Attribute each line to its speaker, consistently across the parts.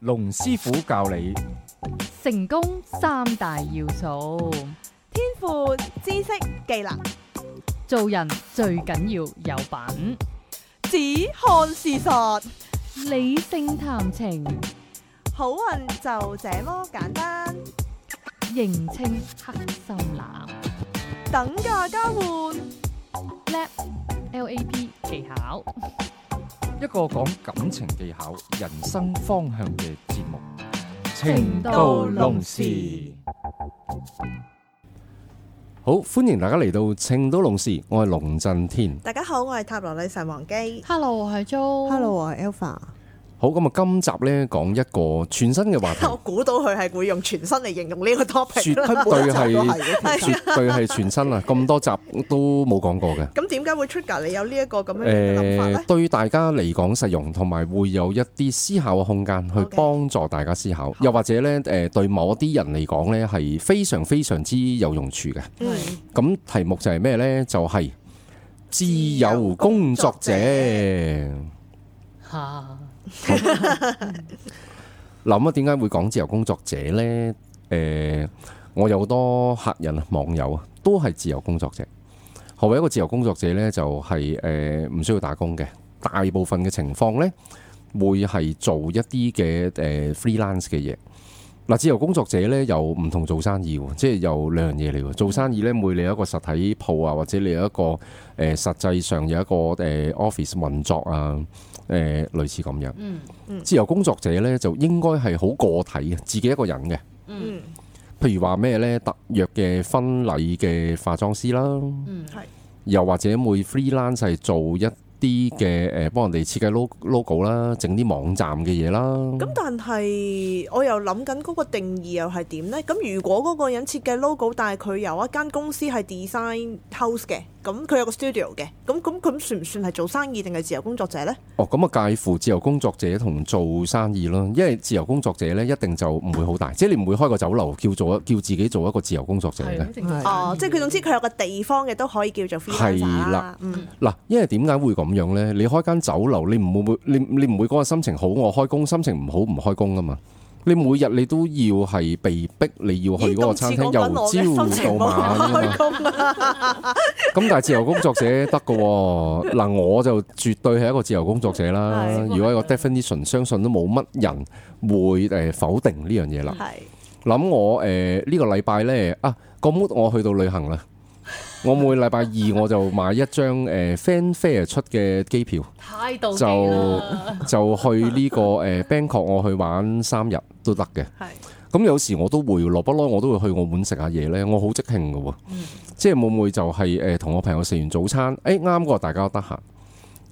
Speaker 1: 龍師傅教你
Speaker 2: 成功三大要素，
Speaker 3: 天賦、知識、技能，
Speaker 2: 做人最緊要有品，
Speaker 3: 只看事實，
Speaker 2: 理性談情，
Speaker 3: 好運就這麼簡單。
Speaker 2: 認清黑心男
Speaker 3: 等價交換，
Speaker 2: ，lap L A P 技巧，
Speaker 1: 一個講感情技巧、人生方向嘅節目。
Speaker 2: 情到濃時
Speaker 1: 好，歡迎大家嚟到情到濃時，我係龍震天。
Speaker 3: 大家好，我係塔羅女神王姬。
Speaker 2: Hello，我係 Jo。
Speaker 3: Hello，我係 Alpha。
Speaker 1: 好，咁啊，今集呢講一個全新嘅話題
Speaker 3: 我，估到佢係會用全身嚟形容呢個 topic
Speaker 1: 絕
Speaker 3: 啦。
Speaker 1: 對 係
Speaker 3: 係
Speaker 1: 絕對係全新啊！咁多集都冇講過嘅。
Speaker 3: 咁點解會 trigger 你有呢一個咁樣嘅諗法
Speaker 1: 誒、
Speaker 3: 咧？
Speaker 1: 對大家嚟講實用，同埋會有一啲思考嘅空間，去
Speaker 3: OK
Speaker 1: 幫助大家思考。又或者呢，誒、對某一啲人嚟講呢，係非常非常之有用處嘅。
Speaker 3: 嗯
Speaker 1: 咁題目就係咩呢？就係、自由工作者。
Speaker 2: 嚇，
Speaker 1: 諗啊，點解會講自由工作者呢？誒、我有好多客人啊、網友啊，都係自由工作者。何謂一個自由工作者呢？就係誒唔需要打工嘅，大部分嘅情況呢，會係做一啲嘅誒 freelance 嘅嘢。嗱，自由工作者呢，又唔同做生意喎，即係有兩樣嘢嚟喎。做生意呢，每你有一個實體鋪啊，或者你有一個誒、呃、實際上有一個誒、呃 office 運作啊，誒、呃、類似咁樣。
Speaker 2: 嗯
Speaker 1: 自由工作者呢，就應該係好個體嘅，自己一個人嘅。
Speaker 2: 嗯
Speaker 3: 嗯，
Speaker 1: 譬如話咩呢？特約嘅婚禮嘅化妝師啦，
Speaker 2: 嗯
Speaker 1: 又或者每 freelance 係做一啲嘅誒，幫人哋設計 lo- logo 啦，整啲網站嘅嘢啦。
Speaker 3: 咁但係我又諗緊嗰個定義又係點呢？咁如果嗰個人設計 logo，但係佢有一間公司係 design house 嘅，咁佢有個 studio 嘅，咁咁咁算唔算係做生意定係自由工作者呢？
Speaker 1: 哦，咁啊介乎自由工作者同做生意咯，因為自由工作者呢，一定就唔會好大，即係你唔會開個酒樓叫做叫自己做一個自由工作者
Speaker 4: 啊
Speaker 1: 嘅。
Speaker 2: 係
Speaker 3: 哦，即係佢總之佢有個地方嘅都可以叫做 freelancer
Speaker 1: 係
Speaker 3: 啦
Speaker 1: 啦。
Speaker 3: 嗯，
Speaker 1: 嗱，因為點解會咁樣呢？你開間酒樓，你唔會你你唔會嗰個心情好，我開工；心情唔好，唔開工噶嘛。你每日你都要係被逼你要去嗰個餐廳，
Speaker 3: 咦咁似
Speaker 1: 由
Speaker 3: 講緊我
Speaker 1: 朝
Speaker 3: 嘅心情
Speaker 1: 到晚啊嘛。
Speaker 3: 開工啊！
Speaker 1: 咁但係自由工作者得嘅喎，嗱我就絕對係一個自由工作者啦
Speaker 3: 係。
Speaker 1: 如果一個 definition，相信都冇乜人會誒否定呢樣嘢啦。
Speaker 3: 係
Speaker 1: 諗我誒呢個禮拜呢，啊個 mood 我去到旅行啦，我每禮拜二我就買一張誒 Fan Fair 出嘅機票。
Speaker 2: 態度
Speaker 1: 就就去呢、個誒 Bangkok，我去玩三日都得嘅。
Speaker 3: 係
Speaker 1: 咁有時我都會落不嬲，我都會去澳門食下嘢呢。我好即興嘅喎，
Speaker 3: 嗯
Speaker 1: 即係會唔會就係誒同我朋友食完早餐，誒啱個大家都得閒。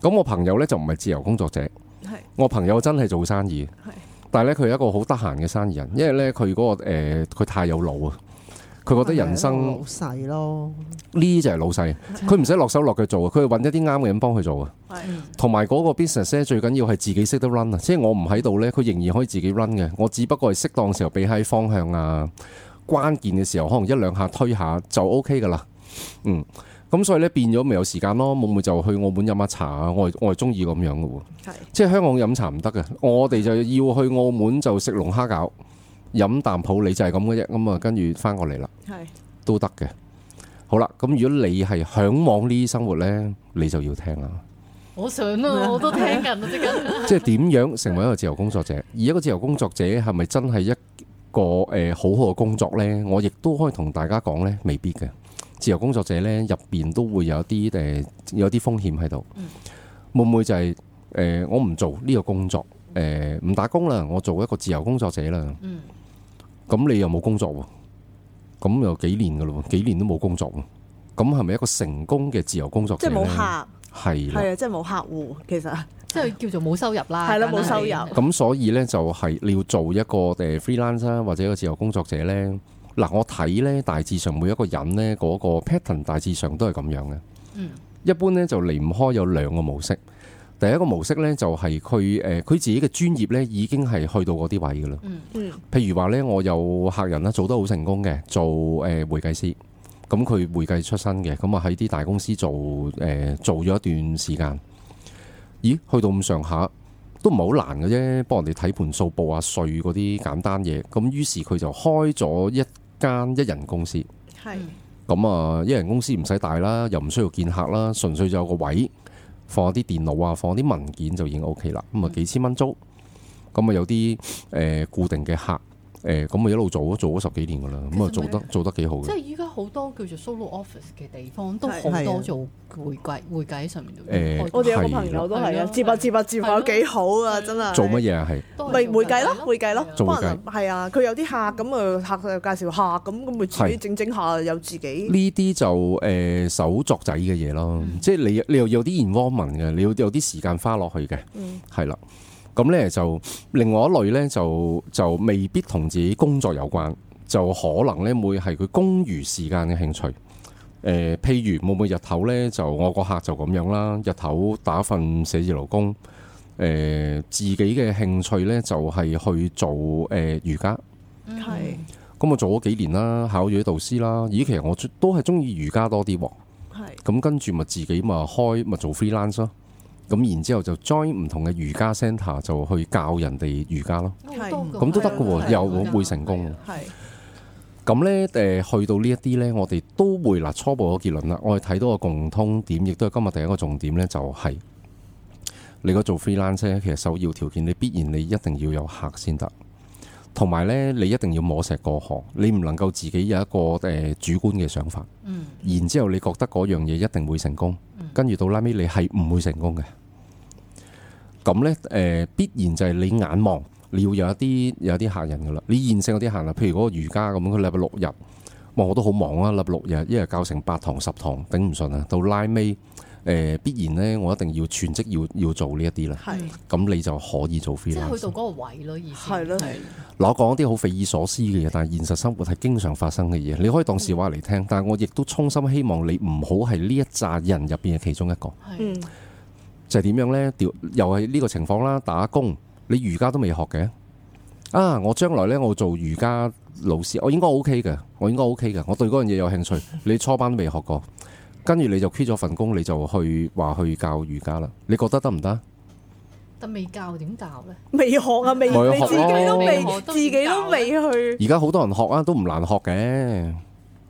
Speaker 1: 咁我朋友呢，就唔係自由工作者，
Speaker 3: 係
Speaker 1: 我朋友真係做生意
Speaker 3: 係，
Speaker 1: 但係呢，佢係一個好得閒嘅生意人，因為呢，佢嗰、個誒佢、太有腦啊，佢覺得人生
Speaker 5: 老細咯，
Speaker 1: 呢就係老細，佢唔使落手落腳做啊，佢係揾一啲啱嘅人幫佢做啊。
Speaker 3: 係
Speaker 1: 同埋嗰個 business 咧，最緊要係自己識得 run 啊！即係我唔喺度呢，佢仍然可以自己 run 嘅。我只不過係適當時候俾喺方向啊，關鍵嘅時候可能一兩下推下就 OK 噶啦。嗯，咁所以呢，變咗咪有時間咯。冇咪就去澳門飲下茶啊！我係我係中意咁樣嘅喎。
Speaker 3: 係
Speaker 1: 即係香港飲茶唔得嘅，我哋就要去澳門就食龍蝦餃，飲啖普洱就係咁嘅啫。咁啊，跟住翻過嚟啦，
Speaker 3: 係
Speaker 1: 都得嘅。好啦，咁如果你係向往呢啲生活呢，你就要聽啦。
Speaker 2: 我想啊，我都聽緊啊，即刻。
Speaker 1: 即係點樣成為一個自由工作者？而一個自由工作者係咪真係一個誒、呃好好嘅工作呢？我亦都可以同大家講呢，未必嘅。自由工作者呢，入邊都會有啲誒、呃有啲風險喺度。
Speaker 3: 嗯
Speaker 1: 會唔會就係、呃我唔做呢個工作誒唔、打工啦，我做一個自由工作者啦。
Speaker 2: 嗯
Speaker 1: 咁你又冇工作喎？咁又幾年噶咯喎？幾年都冇工作喎？咁係咪一個成功嘅自由工作
Speaker 3: 即
Speaker 1: 者
Speaker 3: 係
Speaker 1: 呢？
Speaker 3: 冇客，
Speaker 1: 係啦。
Speaker 3: 係啊，即係冇客戶，其實
Speaker 2: 即係叫做冇收入啦，
Speaker 3: 係啦
Speaker 2: 簡單
Speaker 3: 冇收入
Speaker 2: 嚟講
Speaker 1: 咁所以呢，就係、你要做一個誒 freelance 啦，或者一個自由工作者呢。嗱，我睇呢，大致上每一個人呢嗰、個 pattern 大致上都係咁樣嘅。
Speaker 2: 嗯
Speaker 1: 一般呢，就離唔開有兩個模式。第一個模式呢，就係佢誒佢自己嘅專業呢已經係去到嗰啲位㗎啦。
Speaker 2: 嗯
Speaker 3: 嗯
Speaker 1: 譬如話呢，我有客人啦，做得好成功嘅，做誒、呃、會計師，咁佢會計出身嘅，咁啊喺啲大公司做誒、呃做咗一段時間，咦，去到咁上下，都唔係好難嘅啫，幫人哋睇盤數、報下税嗰啲簡單嘢。咁於是佢就開咗一間一人公司。
Speaker 3: 嗯係
Speaker 1: 咁啊，一人公司唔使大啦，又唔需要見客啦，純粹就有個位放下啲電腦啊，放下啲文件就已經 O K 啦。咁
Speaker 2: 嗯
Speaker 1: 啊幾千蚊租，咁啊有啲誒、呃固定嘅客，誒咁啊一路做咗做咗十幾年噶啦，咁啊
Speaker 2: 其實
Speaker 1: 做
Speaker 2: 咪
Speaker 1: 得做得幾好
Speaker 2: 即
Speaker 1: 嘅。
Speaker 2: 係依家好多叫做 solo office 嘅地方，都好
Speaker 3: 係
Speaker 2: 多做會計會計喺上面度
Speaker 1: 誒
Speaker 2: 開。
Speaker 3: 我哋有個
Speaker 1: 係
Speaker 3: 朋友都係
Speaker 2: 係
Speaker 3: 啊，
Speaker 2: 咯
Speaker 3: 接下接下接下
Speaker 2: 係咯
Speaker 3: 幾好啊，真係
Speaker 1: 做乜嘢啊？係
Speaker 2: 都係
Speaker 3: 咪
Speaker 2: 做
Speaker 3: 會計咯，會計咯，
Speaker 1: 做會
Speaker 3: 幫人係啊，佢有啲客咁啊，客就介紹客咁，咁咪自己
Speaker 1: 係
Speaker 3: 整整下有自己
Speaker 1: 呢啲就誒、呃手作仔嘅嘢咯，
Speaker 2: 嗯
Speaker 1: 即係你你又有啲 involvement 嘅，你要有啲時間花落去嘅，
Speaker 3: 嗯
Speaker 1: 係啦、咁咧就另外一類咧就就未必同自己工作有關，就可能咧會係佢公餘時間嘅興趣。誒、譬如會唔會日頭咧就我個客就咁樣啦，日頭打份寫字樓工，誒、呃自己嘅興趣咧就係、去做誒、呃瑜伽。
Speaker 3: 係
Speaker 1: 咁我做咗幾年啦，考咗啲導師啦。咦，其實我都都係中意瑜伽多啲喎。
Speaker 3: 係
Speaker 1: 咁跟住咪自己咪開咪做 freelance 咯。咁然之後就 join 唔同嘅瑜伽 centre 就去教人哋瑜伽咯。
Speaker 2: 好多㗎
Speaker 1: 咁都得
Speaker 3: 㗎
Speaker 1: 喎
Speaker 2: 係啊
Speaker 1: 又
Speaker 2: 係啊
Speaker 1: 會成功
Speaker 2: 係啊
Speaker 3: 係
Speaker 1: 咁呢，誒、去到呢一啲呢，我哋都會嗱初步嘅結論啦。我哋睇到個共通點，亦都係今日第一個重點呢，就係、你個做 freelance 呢其實首要條件，你必然你一定要有客先得，同埋呢，你一定要摸石過河，你唔能夠自己有一個誒、主觀嘅想法。
Speaker 2: 嗯，
Speaker 1: 然之後你覺得嗰樣嘢一定會成功，跟住到拉尾你係唔會成功嘅。咁呢，誒、呃必然就係你眼望，你要有一啲有一啲客人噶啦。你現成有啲客人，譬如嗰個瑜伽咁，佢禮拜六日，哇我都好忙啊，禮拜六日一日教成八堂十堂，頂唔順啊。到拉尾誒、呃必然呢，我一定要全職要要做呢一啲啦。
Speaker 3: 係
Speaker 1: 咁你就可以做
Speaker 2: 即
Speaker 1: freelance
Speaker 2: 係去到嗰個位咯，意思
Speaker 3: 係咯
Speaker 2: 係
Speaker 1: 嗱，我講一啲好匪夷所思嘅嘢，但係現實生活係經常發生嘅嘢，你可以當笑話嚟聽。但係我亦都衷心希望你唔好係呢一紮人入邊嘅其中一個，
Speaker 2: 係
Speaker 3: 嗯
Speaker 1: 就係點樣呢？調又係呢個情況啦，打工你瑜伽都未學嘅啊！我將來呢，我做瑜伽老師，我應該 OK 嘅，我應該 OK 嘅，我對嗰樣嘢有興趣。你初班都未學過，跟住你就 quit 咗份工，你就去話去教瑜伽啦。你覺得得唔得？
Speaker 2: 但未教點教咧？
Speaker 3: 未學啊，
Speaker 1: 咪
Speaker 3: 未你
Speaker 1: 學
Speaker 3: 自己都啊未
Speaker 2: 咯
Speaker 3: 自己都未去，
Speaker 1: 而家好多人學啊，都唔難學嘅。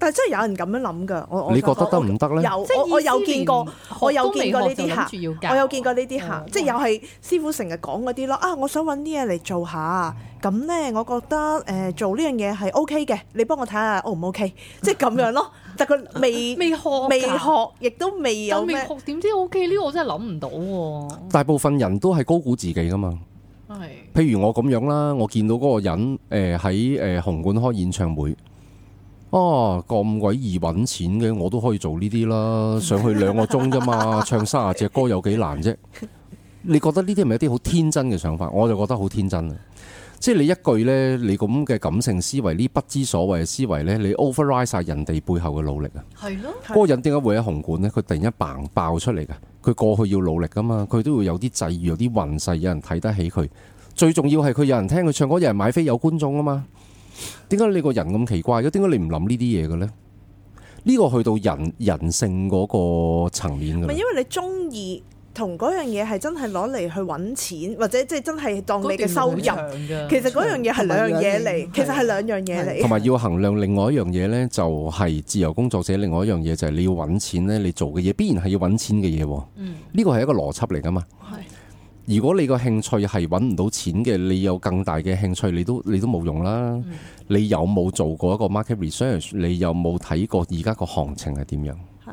Speaker 3: 但係真係有人咁樣諗㗎，我我
Speaker 1: 你覺得得
Speaker 3: 我
Speaker 1: 唔得呢？
Speaker 3: 有我我有見過。我有見過呢啲客
Speaker 2: 客
Speaker 3: 我有見過呢
Speaker 2: 哦
Speaker 3: 啲客，即係又係師傅成日講嗰啲咯。啊，我想揾啲嘢嚟做下，咁呢，我覺得誒、呃做呢樣嘢係 O K 嘅，你幫我睇下 O 唔 O K，即係咁樣咯。但佢 未
Speaker 2: 未學㗎
Speaker 3: 未學，亦都未有
Speaker 2: 但未
Speaker 3: 咩
Speaker 2: 學點知 O K 呢個我真係諗唔到喎，
Speaker 1: 大部分人都係高估自己噶嘛。
Speaker 2: 係
Speaker 1: 譬如我咁樣啦，我見到嗰個人誒呃喺誒紅館開演唱會，哦咁鬼易揾錢嘅，我都可以做呢啲啦，上去兩個鐘啫嘛，唱三十隻歌有幾難啫？你覺得呢啲係咪一啲好天真嘅想法？我就覺得好天真啊！即係你一句呢，你咁嘅感性思維，呢不知所謂嘅思維呢，你 override 晒人哋背後嘅努力啊！
Speaker 2: 係咯，
Speaker 3: 係
Speaker 1: 嗰個人點解會喺紅館呢？佢突然一嘭爆出嚟嘅，佢過去要努力噶嘛，佢都會有啲際遇、有啲運勢，有人睇得起佢。最重要係佢有人聽佢唱歌，有人買飛，有觀眾啊嘛。點解你個人咁奇怪嘅？點解你唔諗呢啲嘢嘅呢？呢個去到人人性嗰個層面㗎
Speaker 3: 咪
Speaker 1: 啦
Speaker 3: 因為你中意同嗰樣嘢係真係攞嚟去揾錢，或者即係真係當你嘅收入。
Speaker 2: 啊
Speaker 3: 其實嗰樣嘢係兩樣嘢嚟，其實係兩樣嘢
Speaker 1: 同
Speaker 2: 啊
Speaker 3: 嚟。
Speaker 1: 埋要衡量另外一樣嘢呢，就係自由工作者另外一樣嘢就係你要揾錢呢，你做嘅嘢必然係要揾錢嘅嘢喎。
Speaker 2: 嗯
Speaker 1: 呢個係一個邏輯嚟噶嘛。
Speaker 2: 係
Speaker 1: 如果你個興趣係揾唔到錢嘅，你有更大嘅興趣，你都你都冇用啦。你有冇做過一個 market research？你有冇睇過而家個行情係點樣？
Speaker 3: 係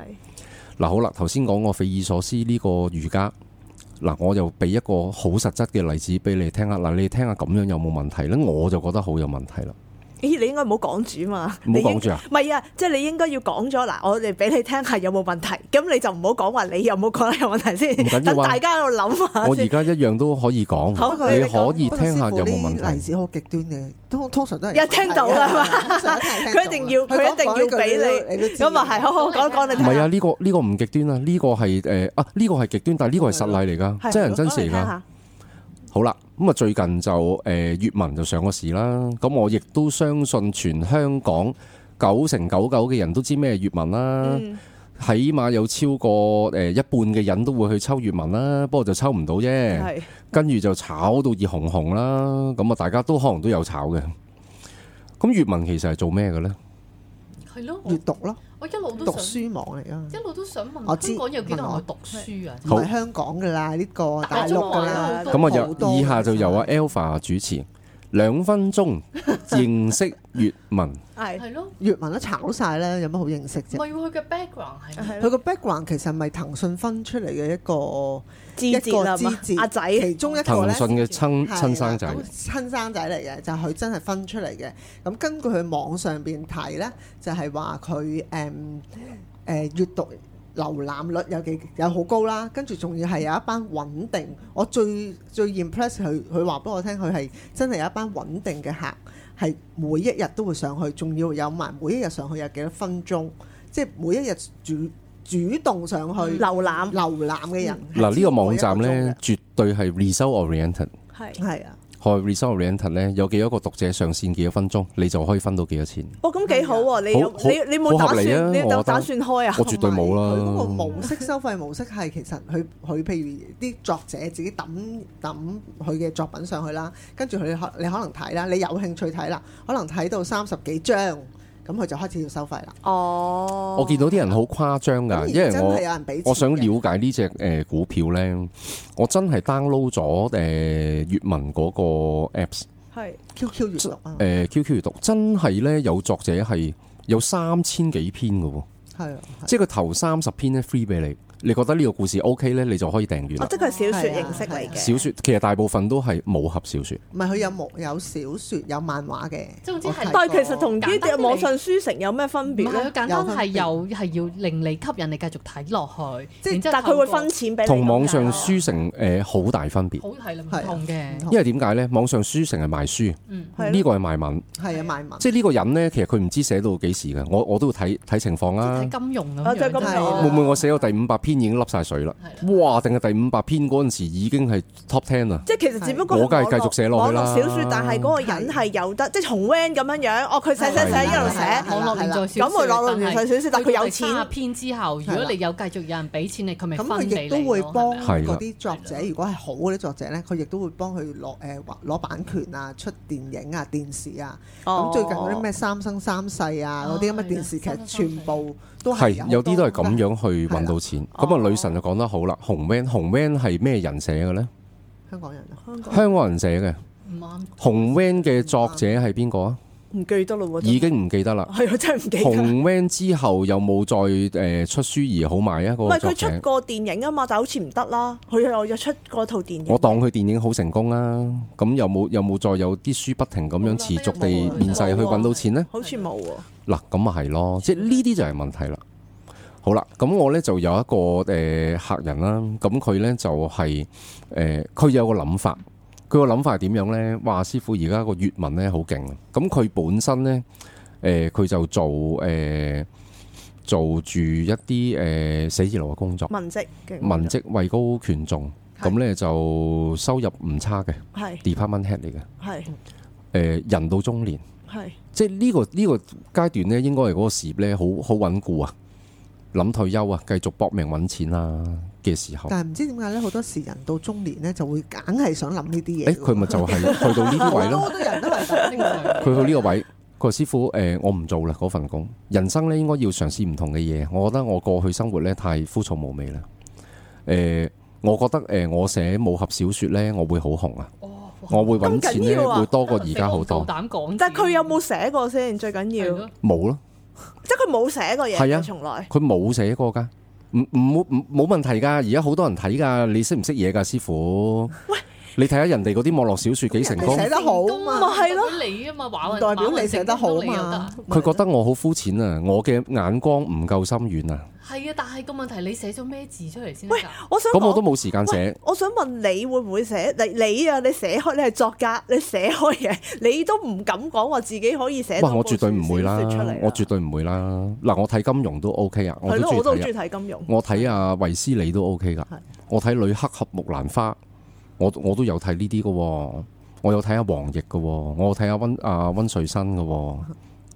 Speaker 1: 嗱，好啦，頭先講我匪夷所思呢個瑜伽，嗱，我又俾一個好實質嘅例子俾你聽下。嗱，你聽下咁樣有冇問題呢？我就覺得好有問題啦。
Speaker 3: 咦，你應該唔好講住嘛，
Speaker 1: 唔好
Speaker 3: 你應
Speaker 1: 講住啊！
Speaker 3: 唔係啊，即係你應該要講咗嗱，我哋俾你聽下有冇問題，咁你就唔好講話你有冇覺得有問題
Speaker 1: 唔緊要啊
Speaker 3: 先，等大家喺度諗下
Speaker 1: 我而
Speaker 3: 先。
Speaker 1: 家一樣都可以講，
Speaker 3: 啊好
Speaker 1: 你可以
Speaker 5: 不過
Speaker 1: 聽下
Speaker 5: 師傅
Speaker 1: 有冇問
Speaker 5: 呢啲例
Speaker 1: 題。
Speaker 5: 子好極端嘅，通通常都係
Speaker 3: 一聽到啦嘛
Speaker 5: 通常一聽聽到啦
Speaker 3: 佢一定要佢一定要俾
Speaker 5: 你都知
Speaker 3: 咁啊係，好好講講你
Speaker 1: 唔
Speaker 3: 聽
Speaker 1: 係啊，
Speaker 3: 下。
Speaker 1: 呢、個呢、個唔極端啊，呢、個係誒、呃啊呢、個係極端，但係呢個係實例嚟㗎，
Speaker 3: 係
Speaker 1: 真人真事
Speaker 3: 講嚟
Speaker 1: 嚟
Speaker 3: 聽
Speaker 1: 㗎。啊
Speaker 3: 下
Speaker 1: 好啦，咁啊最近就誒、呃、粵文就上咗市啦，咁我亦都相信全香港九成九九嘅人都知咩粵文啦。
Speaker 3: 嗯
Speaker 1: 起碼有超過誒一半嘅人都會去抽粵文啦，不過就抽唔到啫。
Speaker 3: 係
Speaker 1: 跟住就炒到熱紅紅啦，咁啊大家都可能都有炒嘅。咁粵文其實係做咩嘅呢？
Speaker 4: 係咯，
Speaker 5: 閱
Speaker 4: 我
Speaker 5: 讀咯，
Speaker 4: 我一路
Speaker 5: 讀
Speaker 4: 都想
Speaker 5: 書網嚟噶，
Speaker 4: 一路都想問
Speaker 5: 我知
Speaker 4: 香港有幾多人
Speaker 5: 問我
Speaker 4: 去讀書啊？
Speaker 5: 唔
Speaker 1: 好
Speaker 5: 係香港噶啦，呢個大陸噶啦，
Speaker 4: 都
Speaker 1: 咁
Speaker 5: 好
Speaker 1: 啊
Speaker 5: 多
Speaker 1: 由以下就由阿
Speaker 5: 其實
Speaker 1: Alpha 主持兩分 鐘認識粵文。
Speaker 3: 係
Speaker 4: 係咯，
Speaker 5: 粵文都炒晒啦，有乜好認識
Speaker 4: 唔
Speaker 5: 啫？
Speaker 4: 係喎佢嘅 background 係
Speaker 3: 係
Speaker 5: 佢
Speaker 3: 咯，
Speaker 5: 個 background 其實咪騰訊分出嚟嘅一個
Speaker 3: 字
Speaker 5: 一
Speaker 3: 節
Speaker 5: 個
Speaker 3: 啦
Speaker 5: 枝
Speaker 3: 嘛
Speaker 5: 節，
Speaker 3: 阿仔
Speaker 5: 其中一個
Speaker 1: 騰
Speaker 5: 咧。
Speaker 1: 訊嘅親
Speaker 5: 係
Speaker 1: 親生仔
Speaker 5: 啦，咁親生仔嚟嘅，就係佢真係分出嚟嘅。咁根據佢網上邊睇咧，就係話佢誒誒閱讀瀏覽率有幾有好高啦，跟住仲要係有一班穩定。我最最 impress 佢，佢話俾我聽，佢係真係有一班穩定嘅客，係每一日都會上去，仲要有埋每一日上去有幾多分鐘，即係每一日主主動上去
Speaker 3: 瀏覽
Speaker 5: 瀏覽嘅人。
Speaker 1: 嗱呢個網站
Speaker 5: 咧
Speaker 1: 呢，，絕對係 result oriented。
Speaker 3: 係。
Speaker 5: 係啊，
Speaker 1: 何 result oriented 呢？有幾多個讀者上線幾多分鐘，你就可以分到幾多錢。
Speaker 3: 哦，咁幾好喎！你有
Speaker 1: 好好
Speaker 3: 你你冇打
Speaker 1: 好合
Speaker 3: 算，
Speaker 1: 理啊
Speaker 3: 你
Speaker 1: 我覺
Speaker 3: 有
Speaker 1: 得
Speaker 3: 打算開啊？
Speaker 1: 我絕對冇啦
Speaker 5: 佢嗰個模式收費模式係其實佢佢譬如啲作者自己抌抌佢嘅作品上去啦，跟住佢可你可能睇啦，你有興趣睇啦，可能睇到三十幾章，咁佢就開始要收費啦。
Speaker 3: 哦，
Speaker 1: 我見到啲人好誇張㗎，
Speaker 5: 咁
Speaker 1: 因
Speaker 5: 而
Speaker 1: 為
Speaker 5: 真
Speaker 1: 我
Speaker 5: 係有人俾錢嘅
Speaker 1: 我想了解呢只誒股票呢，我真係 download 咗誒粵文嗰個 apps，
Speaker 3: 係
Speaker 5: QQ 閲讀啊
Speaker 1: 誒、，QQ 閱讀真係呢，有作者係有三千幾篇嘅喎，
Speaker 5: 係啊，係
Speaker 1: 即係佢頭三十篇呢 free 俾你，你覺得呢個故事 OK 呢，你就可以訂閱
Speaker 3: 哦，
Speaker 1: 啦。
Speaker 3: 即係小説形式嚟嘅。
Speaker 1: 小説其實大部分都係武俠小説，
Speaker 5: 唔係佢有冇有小説有漫畫嘅，
Speaker 4: 總之係
Speaker 5: 我睇過
Speaker 3: 但係其實同呢
Speaker 4: 簡單
Speaker 3: 啲
Speaker 4: 嚟
Speaker 3: 網上書城有咩
Speaker 4: 唔
Speaker 3: 分別
Speaker 4: 係佢
Speaker 3: 咧？
Speaker 4: 簡單係有係要令你吸引你繼續睇落去，
Speaker 5: 即係
Speaker 4: 然之後
Speaker 3: 但係佢會
Speaker 4: 透過
Speaker 3: 分錢俾你。啊
Speaker 1: 同網上書城誒好、大分別。
Speaker 4: 好係啦，唔
Speaker 5: 係啊
Speaker 4: 同
Speaker 5: 唔
Speaker 4: 嘅，
Speaker 5: 同
Speaker 1: 因為點解呢？網上書城係賣書，
Speaker 4: 嗯，
Speaker 3: 係咯
Speaker 1: 呢個係賣文，
Speaker 5: 係啊賣文，
Speaker 1: 即係呢個人呢，其實佢唔知寫到幾時嘅。我我都要睇睇情況
Speaker 4: 即
Speaker 1: 啦
Speaker 4: 係。睇金融咁
Speaker 3: 啊
Speaker 4: 樣
Speaker 3: 即係
Speaker 4: 啫
Speaker 3: 金
Speaker 4: 嘛，
Speaker 3: 融
Speaker 1: 會唔會我寫到第五百篇已經笠晒水啦？
Speaker 4: 係
Speaker 1: 哇！定係第五百篇嗰陣時已經係 top ten 啊啦。
Speaker 3: 即係其實只不過
Speaker 1: 我梗係
Speaker 3: 係
Speaker 1: 繼續寫落去啦
Speaker 3: 網絡小説，但係嗰個人係有得，即係紅 van 咁樣樣。哦，佢寫寫寫
Speaker 1: 係
Speaker 3: 一路
Speaker 5: 係
Speaker 3: 寫，
Speaker 4: 網絡連載小
Speaker 3: 咁佢落落連載小説，但係佢有錢。
Speaker 4: 卅篇之後，如果你有繼續有人俾錢你，佢咪
Speaker 5: 咁
Speaker 4: 分
Speaker 5: 佢
Speaker 4: 俾
Speaker 5: 亦
Speaker 4: 你
Speaker 5: 都會
Speaker 4: 咯
Speaker 5: 幫
Speaker 4: 係咪啊
Speaker 1: 係啦
Speaker 5: 嗰啲作者，如果係好嗰啲作者咧，佢亦都會幫佢攞誒攞版權啊、出電影啊、電視啊。咁最近嗰啲咩三生三世啊，嗰啲咁嘅電視劇
Speaker 4: 哦係啊，
Speaker 5: 全部都
Speaker 1: 係有啲都係咁
Speaker 5: 樣。
Speaker 1: 樣去揾到錢。
Speaker 3: 係啦
Speaker 1: 咁啊，
Speaker 3: 哦
Speaker 1: 女神就講得好啦。紅 van 紅 van 係咩人寫嘅呢？
Speaker 5: 香港人啊，
Speaker 3: 香港
Speaker 1: 香港人寫嘅。
Speaker 4: 唔啱，
Speaker 1: 紅 van 嘅作者係邊個啊？
Speaker 3: 唔記得嘞喎，
Speaker 1: 已經唔記得啦。
Speaker 3: 係我真係唔記得。
Speaker 1: 紅 van 之後有冇再誒出書而好賣啊？嗰
Speaker 3: 唔
Speaker 1: 個
Speaker 3: 係
Speaker 1: 作
Speaker 3: 佢出
Speaker 1: 者，
Speaker 3: 過電影啊嘛，但係好似唔得啦。佢又有出過套電影。
Speaker 1: 我當佢電影好成功啦。咁有冇有冇再有啲書不停咁樣持續地面世去揾到錢呢？
Speaker 3: 好似冇喎。
Speaker 1: 嗱，咁咪係咯，即係呢啲就係問題啦。好啦，咁我呢就有一個誒、呃客人啦，咁佢呢就係誒佢有個諗法，佢個諗法係點樣呢？哇，師傅而家個粵文呢好勁啊，咁佢本身呢，誒、佢就做誒、呃做住一啲誒、呃寫字樓嘅工作，
Speaker 3: 文職嘅
Speaker 1: 文職位高權重，
Speaker 3: 係
Speaker 1: 咁呢就收入唔差嘅
Speaker 3: 係
Speaker 1: department head 嚟嘅，誒、呃
Speaker 3: 係
Speaker 1: 人到中年。
Speaker 3: 係
Speaker 1: 即係呢、個呢、個階段咧，應該係嗰個事業咧，好好穩固啊，諗退休啊，繼續搏命揾錢啦嘅時候，
Speaker 5: 但係唔知點解咧，好多時人到中年咧就會梗係想諗呢啲
Speaker 1: 誒
Speaker 5: 嘢㗎喎。
Speaker 1: 佢咪就 係去到呢啲位
Speaker 5: 好
Speaker 1: 咯，
Speaker 5: 多人都係咁
Speaker 4: 正常
Speaker 1: 佢去呢個位，佢話師傅誒、我唔做啦嗰份工，人生咧應該要嘗試唔同嘅嘢，我覺得我過去生活咧太枯燥無味啦，誒、我覺得誒、我寫武俠小説咧，我會好紅啊，
Speaker 4: 哦
Speaker 1: 我會揾錢
Speaker 3: 咁緊
Speaker 1: 咧
Speaker 3: 要啊
Speaker 1: 會多過而家好
Speaker 4: 我
Speaker 1: 多
Speaker 4: 唔夠，膽講，
Speaker 3: 但係佢有冇寫過先？最緊
Speaker 4: 係
Speaker 3: 要
Speaker 4: 咯
Speaker 1: 冇咯，
Speaker 3: 即係佢冇寫過嘢，
Speaker 1: 係啊
Speaker 3: 佢從來
Speaker 1: 佢冇寫過㗎，唔唔冇冇問題㗎。而家好多人睇㗎，你識唔識嘢㗎，師傅？喂，你睇下人哋嗰啲網絡小説幾成
Speaker 5: 人哋
Speaker 1: 功，
Speaker 5: 寫得好嘛
Speaker 4: 咪
Speaker 3: 咪係咯
Speaker 4: 你啊嘛，華
Speaker 5: 唔
Speaker 4: 運
Speaker 5: 代表你寫得好
Speaker 4: 華運成功都你又
Speaker 5: 嘛
Speaker 4: 得。
Speaker 1: 佢覺得我好膚淺啊，我嘅眼光唔夠深遠啊，係
Speaker 4: 係啊，但係個問題你寫咗咩字出嚟先得
Speaker 3: 喂
Speaker 4: 㗎？
Speaker 3: 我想
Speaker 1: 咁我
Speaker 3: 講
Speaker 1: 都冇時間寫。
Speaker 3: 我想問你會唔會寫？你你啊，你寫開，你係作家，你寫開嘢，你都唔敢講話自己可以寫到
Speaker 1: 哇！我絕對唔會啦
Speaker 3: 本小說出嚟，啊
Speaker 1: 我絕對唔會啦。嗱，我睇金融都 OK 啊，我都
Speaker 3: 係咯，我都
Speaker 1: 中
Speaker 3: 好
Speaker 1: 意
Speaker 3: 中
Speaker 1: 睇
Speaker 3: 意
Speaker 1: 啊。
Speaker 3: 睇金融。
Speaker 1: 我睇啊維斯利都 OK 噶
Speaker 5: 係，
Speaker 1: 我睇女黑俠木蘭花，我我都有睇呢啲嘅喎，我有睇下黃奕嘅喎，我有睇下温 啊温瑞生嘅喎，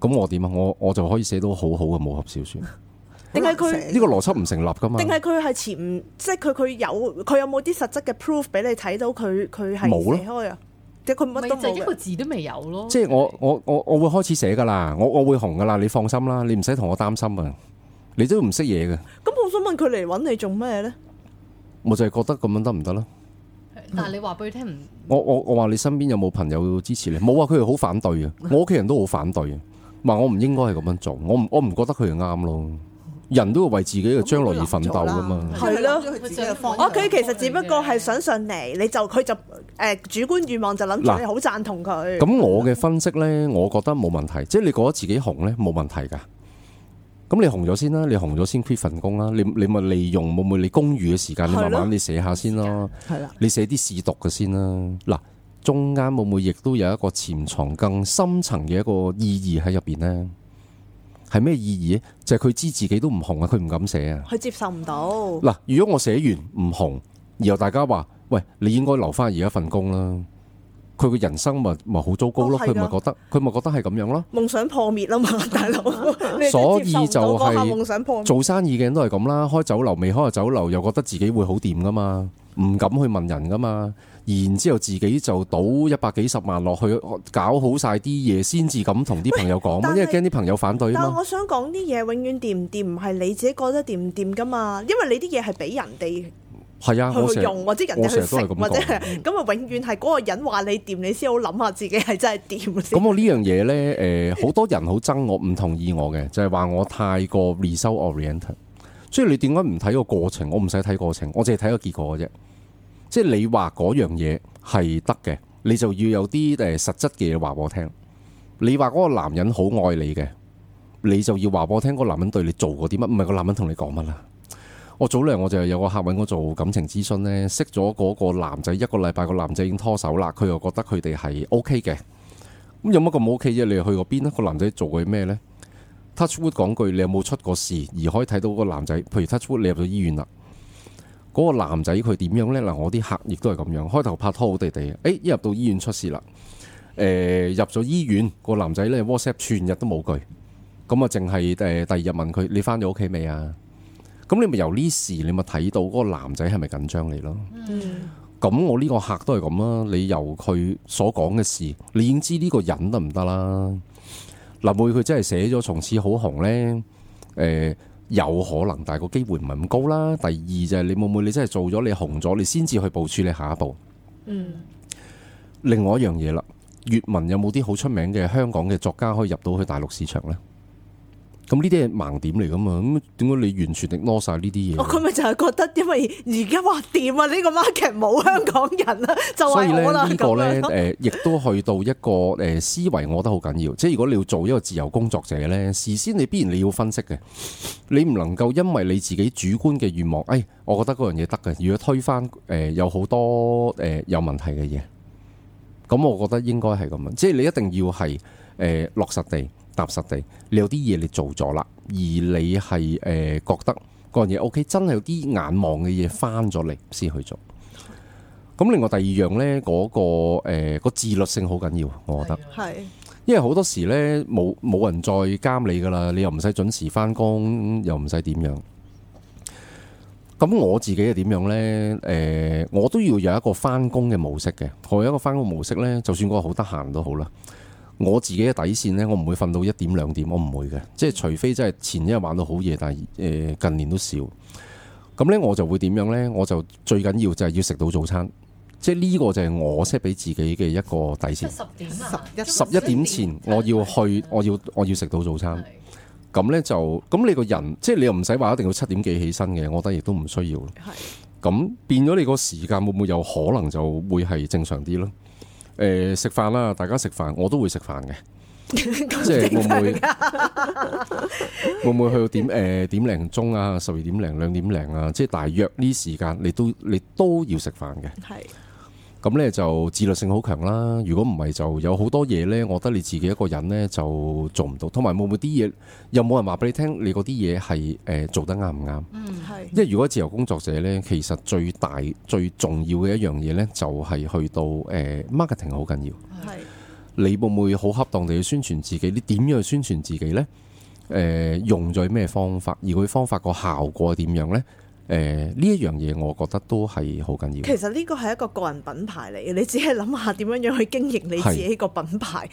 Speaker 1: 咁我點啊？我我就可以寫到好好嘅武俠小説。
Speaker 3: 定係佢
Speaker 1: 呢個邏輯唔成立噶嘛？
Speaker 3: 定係佢係潛，即係佢佢有佢有冇啲實質嘅 proof 俾你睇到佢佢係
Speaker 1: 冇咯
Speaker 3: 寫開啊？即係佢乜
Speaker 4: 咪
Speaker 3: 都
Speaker 4: 就係一
Speaker 3: 冇
Speaker 4: 個
Speaker 3: 嘅。
Speaker 4: 字都未有咯。
Speaker 1: 即係我我我我會開始寫噶啦，我我會紅噶啦，你放心啦，你唔使同我擔心啊，你都唔識嘢嘅，
Speaker 3: 咁我想問佢嚟揾你做咩咧？
Speaker 1: 我就係覺得咁樣得唔得啦？
Speaker 4: 但
Speaker 1: 嗯
Speaker 4: 係你話俾佢聽唔
Speaker 1: 我我我話你身邊有冇朋友支持你？冇啊，佢哋好反對 啊，我屋企人都好反對啊，話我唔應該係咁樣做，我唔我唔覺得佢哋啱咯。人都要為自己嘅將來而奮鬥噶嘛。
Speaker 5: 係
Speaker 3: 係
Speaker 5: 咯，
Speaker 3: 咯
Speaker 5: 佢自己嘅方
Speaker 3: 我
Speaker 5: 向
Speaker 3: 佢其實只不過係想上嚟，你就佢就誒、呃主觀願望就諗
Speaker 1: 嗱
Speaker 3: 住你好贊同佢。
Speaker 1: 咁我嘅分析呢，我覺得冇問題，即係你覺得自己紅呢，冇問題㗎。咁你紅咗先啦，你紅咗先 quit 份工啦，你你咪利用會唔會你公餘嘅時間，你
Speaker 3: 係咯
Speaker 1: 慢慢你寫下先咯，
Speaker 5: 係啦，
Speaker 1: 你寫啲試讀嘅先啦。嗱，中間會唔會亦都有一個潛藏更深層嘅一個意義喺入邊呢？係咩意義？就係佢知自己都唔紅啊，佢唔敢寫啊。
Speaker 3: 佢接受唔到，
Speaker 1: 嗱，如果我寫完唔紅，然後大家話：喂，你應該留翻而家份工啦。佢個人生咪咪好糟糕咯，
Speaker 3: 哦
Speaker 1: 佢
Speaker 3: 係㗎
Speaker 1: 咪、覺得佢咪覺得係咁樣咯。
Speaker 3: 夢想破滅啦啊 嘛，大佬。你你
Speaker 1: 所以
Speaker 3: 接受唔到
Speaker 1: 就
Speaker 3: 嗰下
Speaker 1: 係
Speaker 3: 夢想破滅。
Speaker 1: 做生意嘅人都係咁啦，開酒樓未開過酒樓，又覺得自己會好掂噶嘛，唔敢去問人噶嘛，然之後自己就賭一百幾十萬落去，搞好晒啲嘢先至咁同啲朋友講嘛，
Speaker 3: 但
Speaker 1: 因為
Speaker 3: 係
Speaker 1: 驚啲朋友反對啊
Speaker 3: 但
Speaker 1: 嘛。
Speaker 3: 我想講啲嘢永遠掂唔掂，唔係你自己覺得掂唔掂噶嘛，因為你啲嘢係俾人哋
Speaker 1: 係啊，我
Speaker 3: 去
Speaker 1: 成
Speaker 3: 去用，
Speaker 1: 日
Speaker 3: 或者人
Speaker 1: 我
Speaker 3: 哋
Speaker 1: 成
Speaker 3: 去
Speaker 1: 日
Speaker 3: 食，
Speaker 1: 都係咁
Speaker 3: 或者
Speaker 1: 講
Speaker 3: 係 咁啊，永遠係嗰個人話你掂，你先好諗下自己係真係掂先
Speaker 1: 咁。我呢樣嘢呢，誒、好多人好憎我，唔同意我嘅，就係、話我太過 result oriented。所以你點解唔睇個過程？我唔使睇過程，我淨係睇個結果嘅啫。即係你話嗰樣嘢係得嘅，你就要有啲誒實質嘅嘢話我聽。你話嗰個男人好愛你嘅，你就要話我聽嗰個男人對你做過啲乜，唔係個男人同你講乜啦。我早兩日我就有個客揾我做感情諮詢呢，識咗嗰個男仔一個禮拜，個男仔已經拖手啦，佢又覺得佢哋係 OK 嘅。咁有乜咁 OK 啫？你又去過邊咧？啊個男仔做過咩呢 t o u c h w o o d 講句，你有冇出過事而可以睇到個男仔？譬如 t o u c h w o o d 你入咗醫院啦，嗰、個男仔佢點樣呢？嗱，我啲客亦都係咁樣，開頭拍拖好地地嘅，誒一入到醫院出事啦，誒、入咗醫院個男仔呢 WhatsApp 全日都冇句，咁啊淨係誒第二日問佢你翻咗屋企未啊？咁你咪由呢事你咪睇到嗰個男仔係咪緊張你咯？咁我呢個客都係咁啦，你由佢所講嘅事，你已經知呢個人得唔得啦？林會佢真係寫咗從此好紅呢？誒、有可能，但係個機會唔係咁高啦。第二就係你會唔會你真係做咗你紅咗，你先至去部署你下一步。嗯。另外一樣嘢啦，粵文有冇啲好出名嘅香港嘅作家可以入到去大陸市場呢？咁呢啲係盲點嚟噶嘛？咁點解你完全 ignore 晒呢啲嘢？
Speaker 3: 哦，佢咪就係覺得，因為而家話掂啊，呢、個 market 冇香港 人啦，就
Speaker 1: 所以
Speaker 3: 係
Speaker 1: 咧
Speaker 3: 我啦
Speaker 1: 呢個
Speaker 3: 咁
Speaker 1: 咧
Speaker 3: 樣。
Speaker 1: 誒，亦都去到一個誒思維，我覺得好緊要。即係如果你要做一個自由工作者咧，事先你必然你要分析嘅，你唔能夠因為你自己主觀嘅願望，誒、哎我覺得嗰樣嘢得嘅，如果推翻誒、有好多誒、有問題嘅嘢，咁我覺得應該係咁樣。即係你一定要係誒、呃落實地踏實地，你有啲嘢你做咗啦，而你係誒、呃覺得嗰樣嘢 OK，真係有啲眼望嘅嘢翻咗嚟先去做。咁另外第二樣呢，嗰、個誒、個自律性好緊要，我覺得，
Speaker 3: 係
Speaker 1: 因為好多時呢，冇冇人再監你噶啦，你又唔使準時翻工，又唔使點樣。咁我自己係點樣呢？誒、我都要有一個翻工嘅模式嘅。我有一個翻工模式呢，就算我好得閒都好啦。我自己嘅底線呢，我唔會瞓到一點兩點，我唔會嘅。即係除非真係前一日玩到好夜，但係誒、近年都少。咁呢，我就會點樣呢？我就最緊要就係要食到早餐，即係呢個就係我 set 俾自己嘅一個底
Speaker 4: 出
Speaker 1: 線。
Speaker 4: 十點啊？
Speaker 5: 11
Speaker 1: 十一點前我要去，我要我要食到早餐。咁呢，就咁你個人，即係你又唔使話一定要七點幾起身嘅，我覺得亦都唔需要咯。
Speaker 3: 係
Speaker 1: 咁變咗你個時間會唔會有可能就會係正常啲咯？誒、食飯啦，大家食飯，我都會食飯嘅，即係會唔會會唔 會去到點誒、點零鐘啊，十二點零兩點零啊，即係大約呢時間你都你都要食飯嘅。
Speaker 3: 係
Speaker 1: 咁呢就自律性好強啦。如果唔係就有好多嘢呢，我覺得你自己一個人呢就做唔到。同埋會唔會啲嘢有冇人話俾你聽？你嗰啲嘢係誒做得啱唔啱？
Speaker 3: 係
Speaker 1: 因為如果自由工作者呢，其實最大最重要嘅一樣嘢呢，就係去到誒、呃 marketing 好緊要。
Speaker 3: 係
Speaker 1: 你會唔會好恰當地去宣傳自己？你點樣去宣傳自己呢？呃用咗咩方法，而佢方法個效果點樣呢？誒呢一樣嘢，我覺得都係好緊要。
Speaker 3: 其實呢個係一個個人品牌嚟嘅，你只係諗下點樣樣去經營你自己個品牌。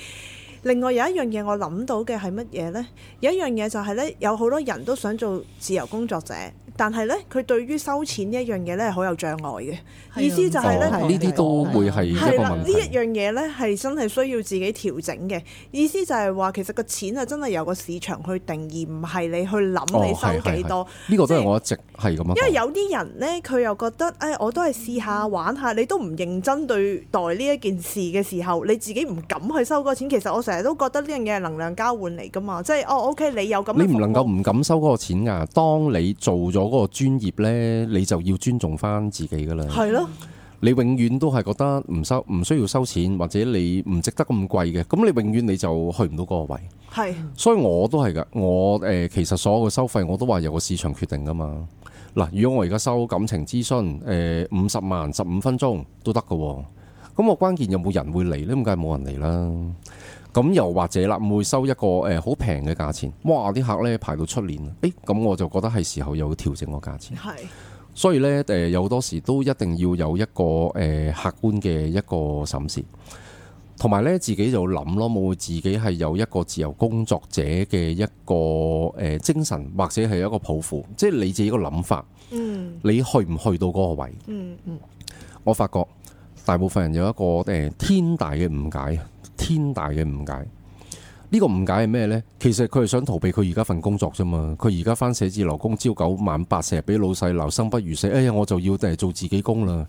Speaker 3: 另外有一樣嘢我諗到嘅係乜嘢呢？有一樣嘢就係呢，有好多人都想做自由工作者，但係呢，佢對於收錢呢一樣嘢呢係好有障礙嘅。
Speaker 4: 係啊啊
Speaker 3: 意思就係呢
Speaker 1: 哦呢啲都會係一
Speaker 3: 係
Speaker 1: 個
Speaker 3: 啦，
Speaker 1: 問
Speaker 3: 呢
Speaker 1: 題。
Speaker 3: 一樣嘢呢係真係需要自己調整嘅。意思就係話，其實個錢啊，真係由個市場去定義，唔係你去諗你
Speaker 1: 哦係
Speaker 3: 收幾
Speaker 1: 係
Speaker 3: 多。
Speaker 1: 呢個都
Speaker 3: 即
Speaker 1: 係
Speaker 3: 係
Speaker 1: 我一直係咁樣
Speaker 3: 因
Speaker 1: 講。
Speaker 3: 為有啲人呢，佢又覺得，誒、哎我都係試下玩下，你都唔認真對待呢一件事嘅時候，你自己唔敢去收嗰個錢。其實我成日都覺得呢樣嘢係能量交換嚟噶嘛，即係哦，OK，你有咁嘅
Speaker 1: 你唔能夠
Speaker 3: 服務
Speaker 1: 唔敢收嗰個錢㗎。當你做咗嗰個專業呢，你就要尊重翻自己㗎啦。
Speaker 3: 係咯，
Speaker 1: 你永遠都係覺得唔收唔需要收錢，或者你唔值得咁貴嘅，咁你永遠你就去唔到嗰個位。
Speaker 3: 係
Speaker 1: 所以我都係噶，我誒、呃其實所有嘅收費我都話由個市場決定噶嘛。嗱，如果我而家收感情諮詢，誒五十萬十五分鐘都得噶喎。咁我關鍵有冇人會嚟呢？咁梗係冇人嚟啦。咁又或者啦，會收一個誒好平嘅價錢，哇！啲客呢排到出年，誒咁我就覺得係時候又要調整個價錢。
Speaker 3: 係
Speaker 1: 所以咧，誒、有好多時都一定要有一個誒、客觀嘅一個審視，同埋咧自己就諗咯，冇自己係有一個自由工作者嘅一個誒、精神，或者係一個抱負，即係你自己個諗法，
Speaker 3: 嗯
Speaker 1: 你去唔去到嗰個位？
Speaker 3: 嗯
Speaker 1: 我發覺大部分人有一個誒、天大嘅誤解，天大嘅誤解。呢個誤解係咩呢？其實佢係想逃避佢而家份工作啫嘛。佢而家翻寫字樓工，朝九晚八，成日俾老細鬧生不如死。哎呀，我就要誒做自己工啦。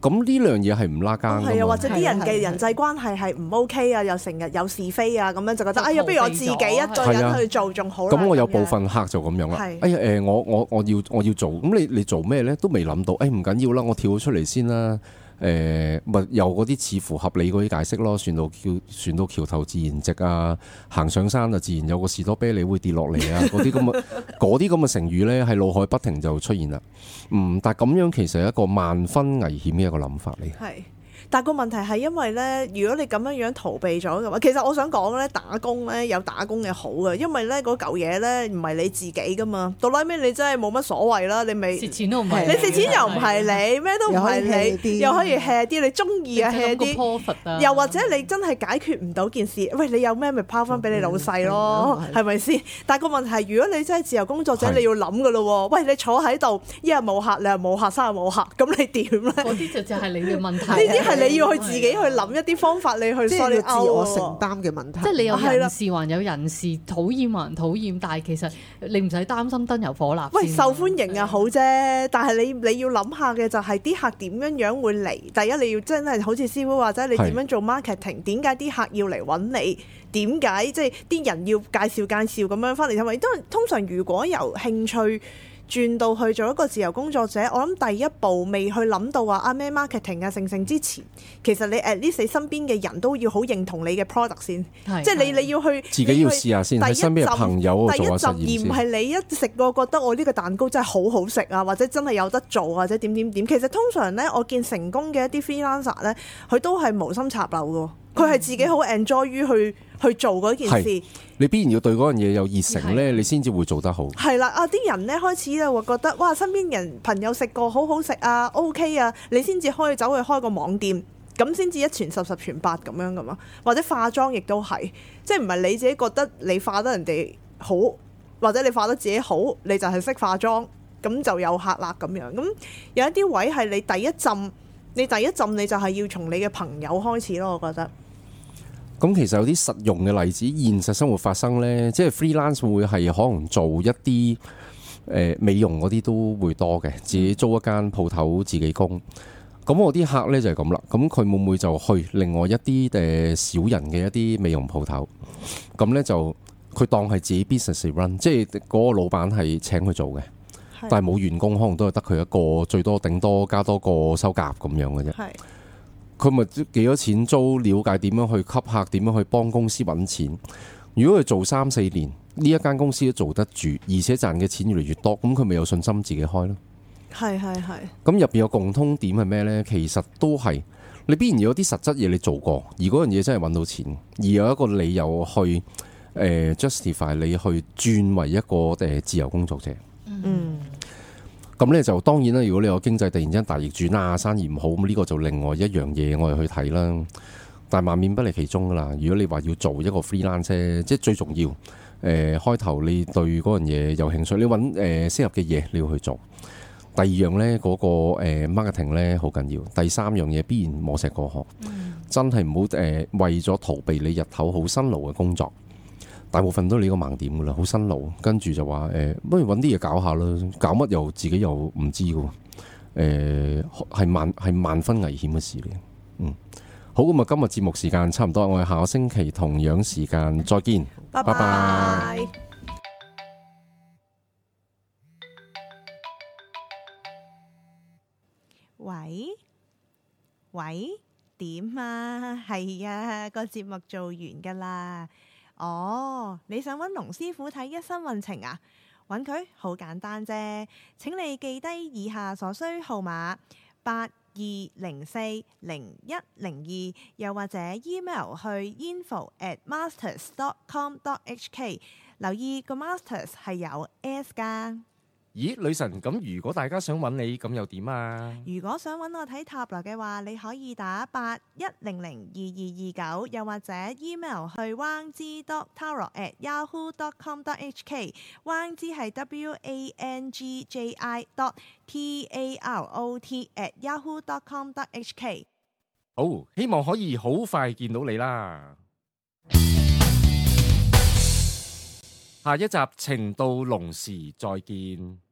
Speaker 1: 咁呢兩嘢係唔拉更
Speaker 3: 係
Speaker 1: 㗎
Speaker 3: 啊，或
Speaker 1: 嘛。
Speaker 3: 者啲人
Speaker 5: 係啊係
Speaker 3: 嘅
Speaker 5: 啊
Speaker 3: 人際關係係唔 OK 啊，又成日有是非啊，咁樣就覺得，哎呀，
Speaker 4: 逃
Speaker 3: 不
Speaker 4: 避
Speaker 3: 如我自己一個
Speaker 1: 咗啊
Speaker 3: 人去做仲好啦。
Speaker 1: 咁我有
Speaker 3: 樣
Speaker 1: 部分客就咁樣啦
Speaker 3: 係。
Speaker 1: 哎呀，誒、我我我要我要做，咁你你做咩呢？都未諗到。誒、哎唔緊要啦，我跳咗出嚟先啦。誒、咪有嗰啲似乎合理嗰啲解釋咯，船到橋船到橋頭自然直啊，行上山啊自然有個士多啤梨會跌落嚟啊， 嗰啲咁嘅嗰啲咁嘅成語呢，喺腦海不停就出現啦。嗯，但係咁樣其實係一個萬分危險嘅一個諗法嚟。
Speaker 3: 係，但個問題係因為咧，如果你咁樣樣逃避咗嘅話，其實我想講咧，打工咧有打工嘅好嘅，因為咧嗰嚿嘢咧唔係你自己噶嘛，到拉尾你真係冇乜所謂啦，你咪
Speaker 4: 蝕
Speaker 3: 你
Speaker 4: 錢都唔係，
Speaker 3: 蝕錢又唔係你，咩都唔係你，又
Speaker 5: 又
Speaker 3: 可
Speaker 5: 可
Speaker 3: 以
Speaker 5: 以
Speaker 3: hea 啲，你中意啊 hea 啲。
Speaker 4: 啲
Speaker 3: 又或者你真係解決唔到件事，喂，你有咩咪拋翻俾你老細咯，
Speaker 5: 嗯
Speaker 3: 係咪先？但個問題係，如果你真係自由工作者，
Speaker 1: 係
Speaker 3: 你要諗噶咯喎，喂，你坐喺度，一日冇客，兩日冇客，三日冇客，咁你點咧？
Speaker 4: 嗰啲就就係你嘅問題。
Speaker 3: 呢啲係你要去自己去
Speaker 4: 係啊。
Speaker 3: 諗一啲方法，你去
Speaker 5: 即
Speaker 3: 梳
Speaker 5: 係
Speaker 3: 理
Speaker 5: 要自我承
Speaker 3: 勾喎。
Speaker 5: 擔嘅問題。
Speaker 4: 即係你有
Speaker 3: 係啦
Speaker 4: 人事還有人事，討厭還討厭，但係其實你唔使擔心燈油火蠟先。
Speaker 3: 喂，受歡迎啊好啫，但係你你要諗下嘅就係啲客點樣樣會嚟。第一，你要真係好似師傅話齋，你
Speaker 1: 係
Speaker 3: 點樣做 marketing？點解啲客要嚟揾你？點解即係啲人要介紹介紹咁樣翻嚟睇咪？因為通常如果由興趣轉到去做一個自由工作者，我諗第一步未去諗到話啊咩 marketing 啊成成之前，其實你 at least 你身邊嘅人都要好認同你嘅 product 先。
Speaker 4: 係，
Speaker 3: 即係你
Speaker 4: 係
Speaker 3: 你要去
Speaker 1: 自己要
Speaker 3: 你去
Speaker 1: 試下先，
Speaker 3: 第一
Speaker 1: 喺身邊嘅
Speaker 3: 浸
Speaker 1: 朋友
Speaker 3: 第一
Speaker 1: 做下
Speaker 3: 浸
Speaker 1: 實驗
Speaker 3: 而唔
Speaker 1: 先。
Speaker 3: 係你一食過覺得我呢個蛋糕真係好好食啊，或者真係有得做或者點點點。其實通常呢，我見成功嘅一啲 freelancer 呢，佢都係無心插柳嘅，佢係自己好 enjoy 於去去做嗰件事
Speaker 1: 嗯係。你必然要對嗰樣嘢有熱誠呢，
Speaker 4: 係
Speaker 1: 你先至會做得好。
Speaker 3: 係啦，啊啲人呢開始就會覺得哇，身邊人朋友食過好好食啊，OK 啊，你先至可以走去開個網店，咁先至一傳十十傳百咁樣噶嘛。或者化妝亦都係，即係唔係你自己覺得你化得人哋好，或者你化得自己好，你就係識化妝，咁就有客啦咁樣。咁有一啲位係你第一浸，你第一浸你就係要從你嘅朋友開始咯，我覺得。
Speaker 1: 咁其實有啲實用嘅例子，現實生活發生呢，即係 freelance 會係可能做一啲誒、呃美容嗰啲都會多嘅，自己租一間鋪頭自己供。咁我啲客呢就係咁啦，咁佢會唔會就去另外一啲誒、呃小人嘅一啲美容鋪頭？咁呢就佢當係自己 business run，即係嗰個老闆係請佢做嘅，
Speaker 3: 係
Speaker 1: 但係冇員工，可能都係得佢一個，最多頂多加多個收夾咁樣嘅啫。
Speaker 3: 係
Speaker 1: 佢咪幾多錢租？了解點樣去吸客，點樣去幫公司揾錢。如果佢做三四年，呢一間公司都做得住，而且賺嘅錢越嚟越多，咁佢咪有信心自己開咯。
Speaker 3: 係係係
Speaker 1: 咁入邊有共通點係咩呢？其實都係你必然有啲實質嘢你做過，而嗰樣嘢真係揾到錢，而有一個理由去誒、誒 justify 你去轉為一個誒自由工作者。
Speaker 3: 嗯
Speaker 1: 咁咧就當然啦，如果你個經濟突然之間大逆轉啊，生意唔好，咁呢個就另外一樣嘢我哋去睇啦。但係萬變不離其宗噶啦。如果你話要做一個 freelance，即係最重要。誒、開頭你對嗰樣嘢有興趣，你揾誒、呃適合嘅嘢你要去做。第二樣呢，嗰、個、呃、marketing 呢好緊要。第三樣嘢必然磨石過河，真係唔好誒為咗逃避你日頭好辛勞嘅工作。大部分都你個盲點噶啦，好辛勞，跟住就話誒、呃不如揾啲嘢搞下啦，搞乜又自己又唔知嘅喎，誒係萬係萬分危險嘅事嚟。嗯，好咁啊，今日節目時間差唔多，我哋下個星期同樣時間再見。
Speaker 3: 拜
Speaker 1: 拜
Speaker 3: 拜。喂喂，點啊？係啊，個節目做完噶啦。哦，你想揾龍師傅睇一生運程啊？揾佢好簡單啫。請你記低以下所需號碼八。二零四零一零二，又或者 email 去 info at masters dot com dot hk。留意個 masters 係有 s 噶。
Speaker 1: 咦，女神，咁如果大家想揾你，咁又點啊？
Speaker 3: 如果想揾我睇塔羅嘅話，你可以打八一零零二二二九，又或者 email 去 wang z dot tarot at yahoo dot com dot hk。wang 之係 w a n g j i dot t a r o t at yahoo dot com dot hk。
Speaker 1: 好，希望可以好快見到你啦。下一集情到濃時再見。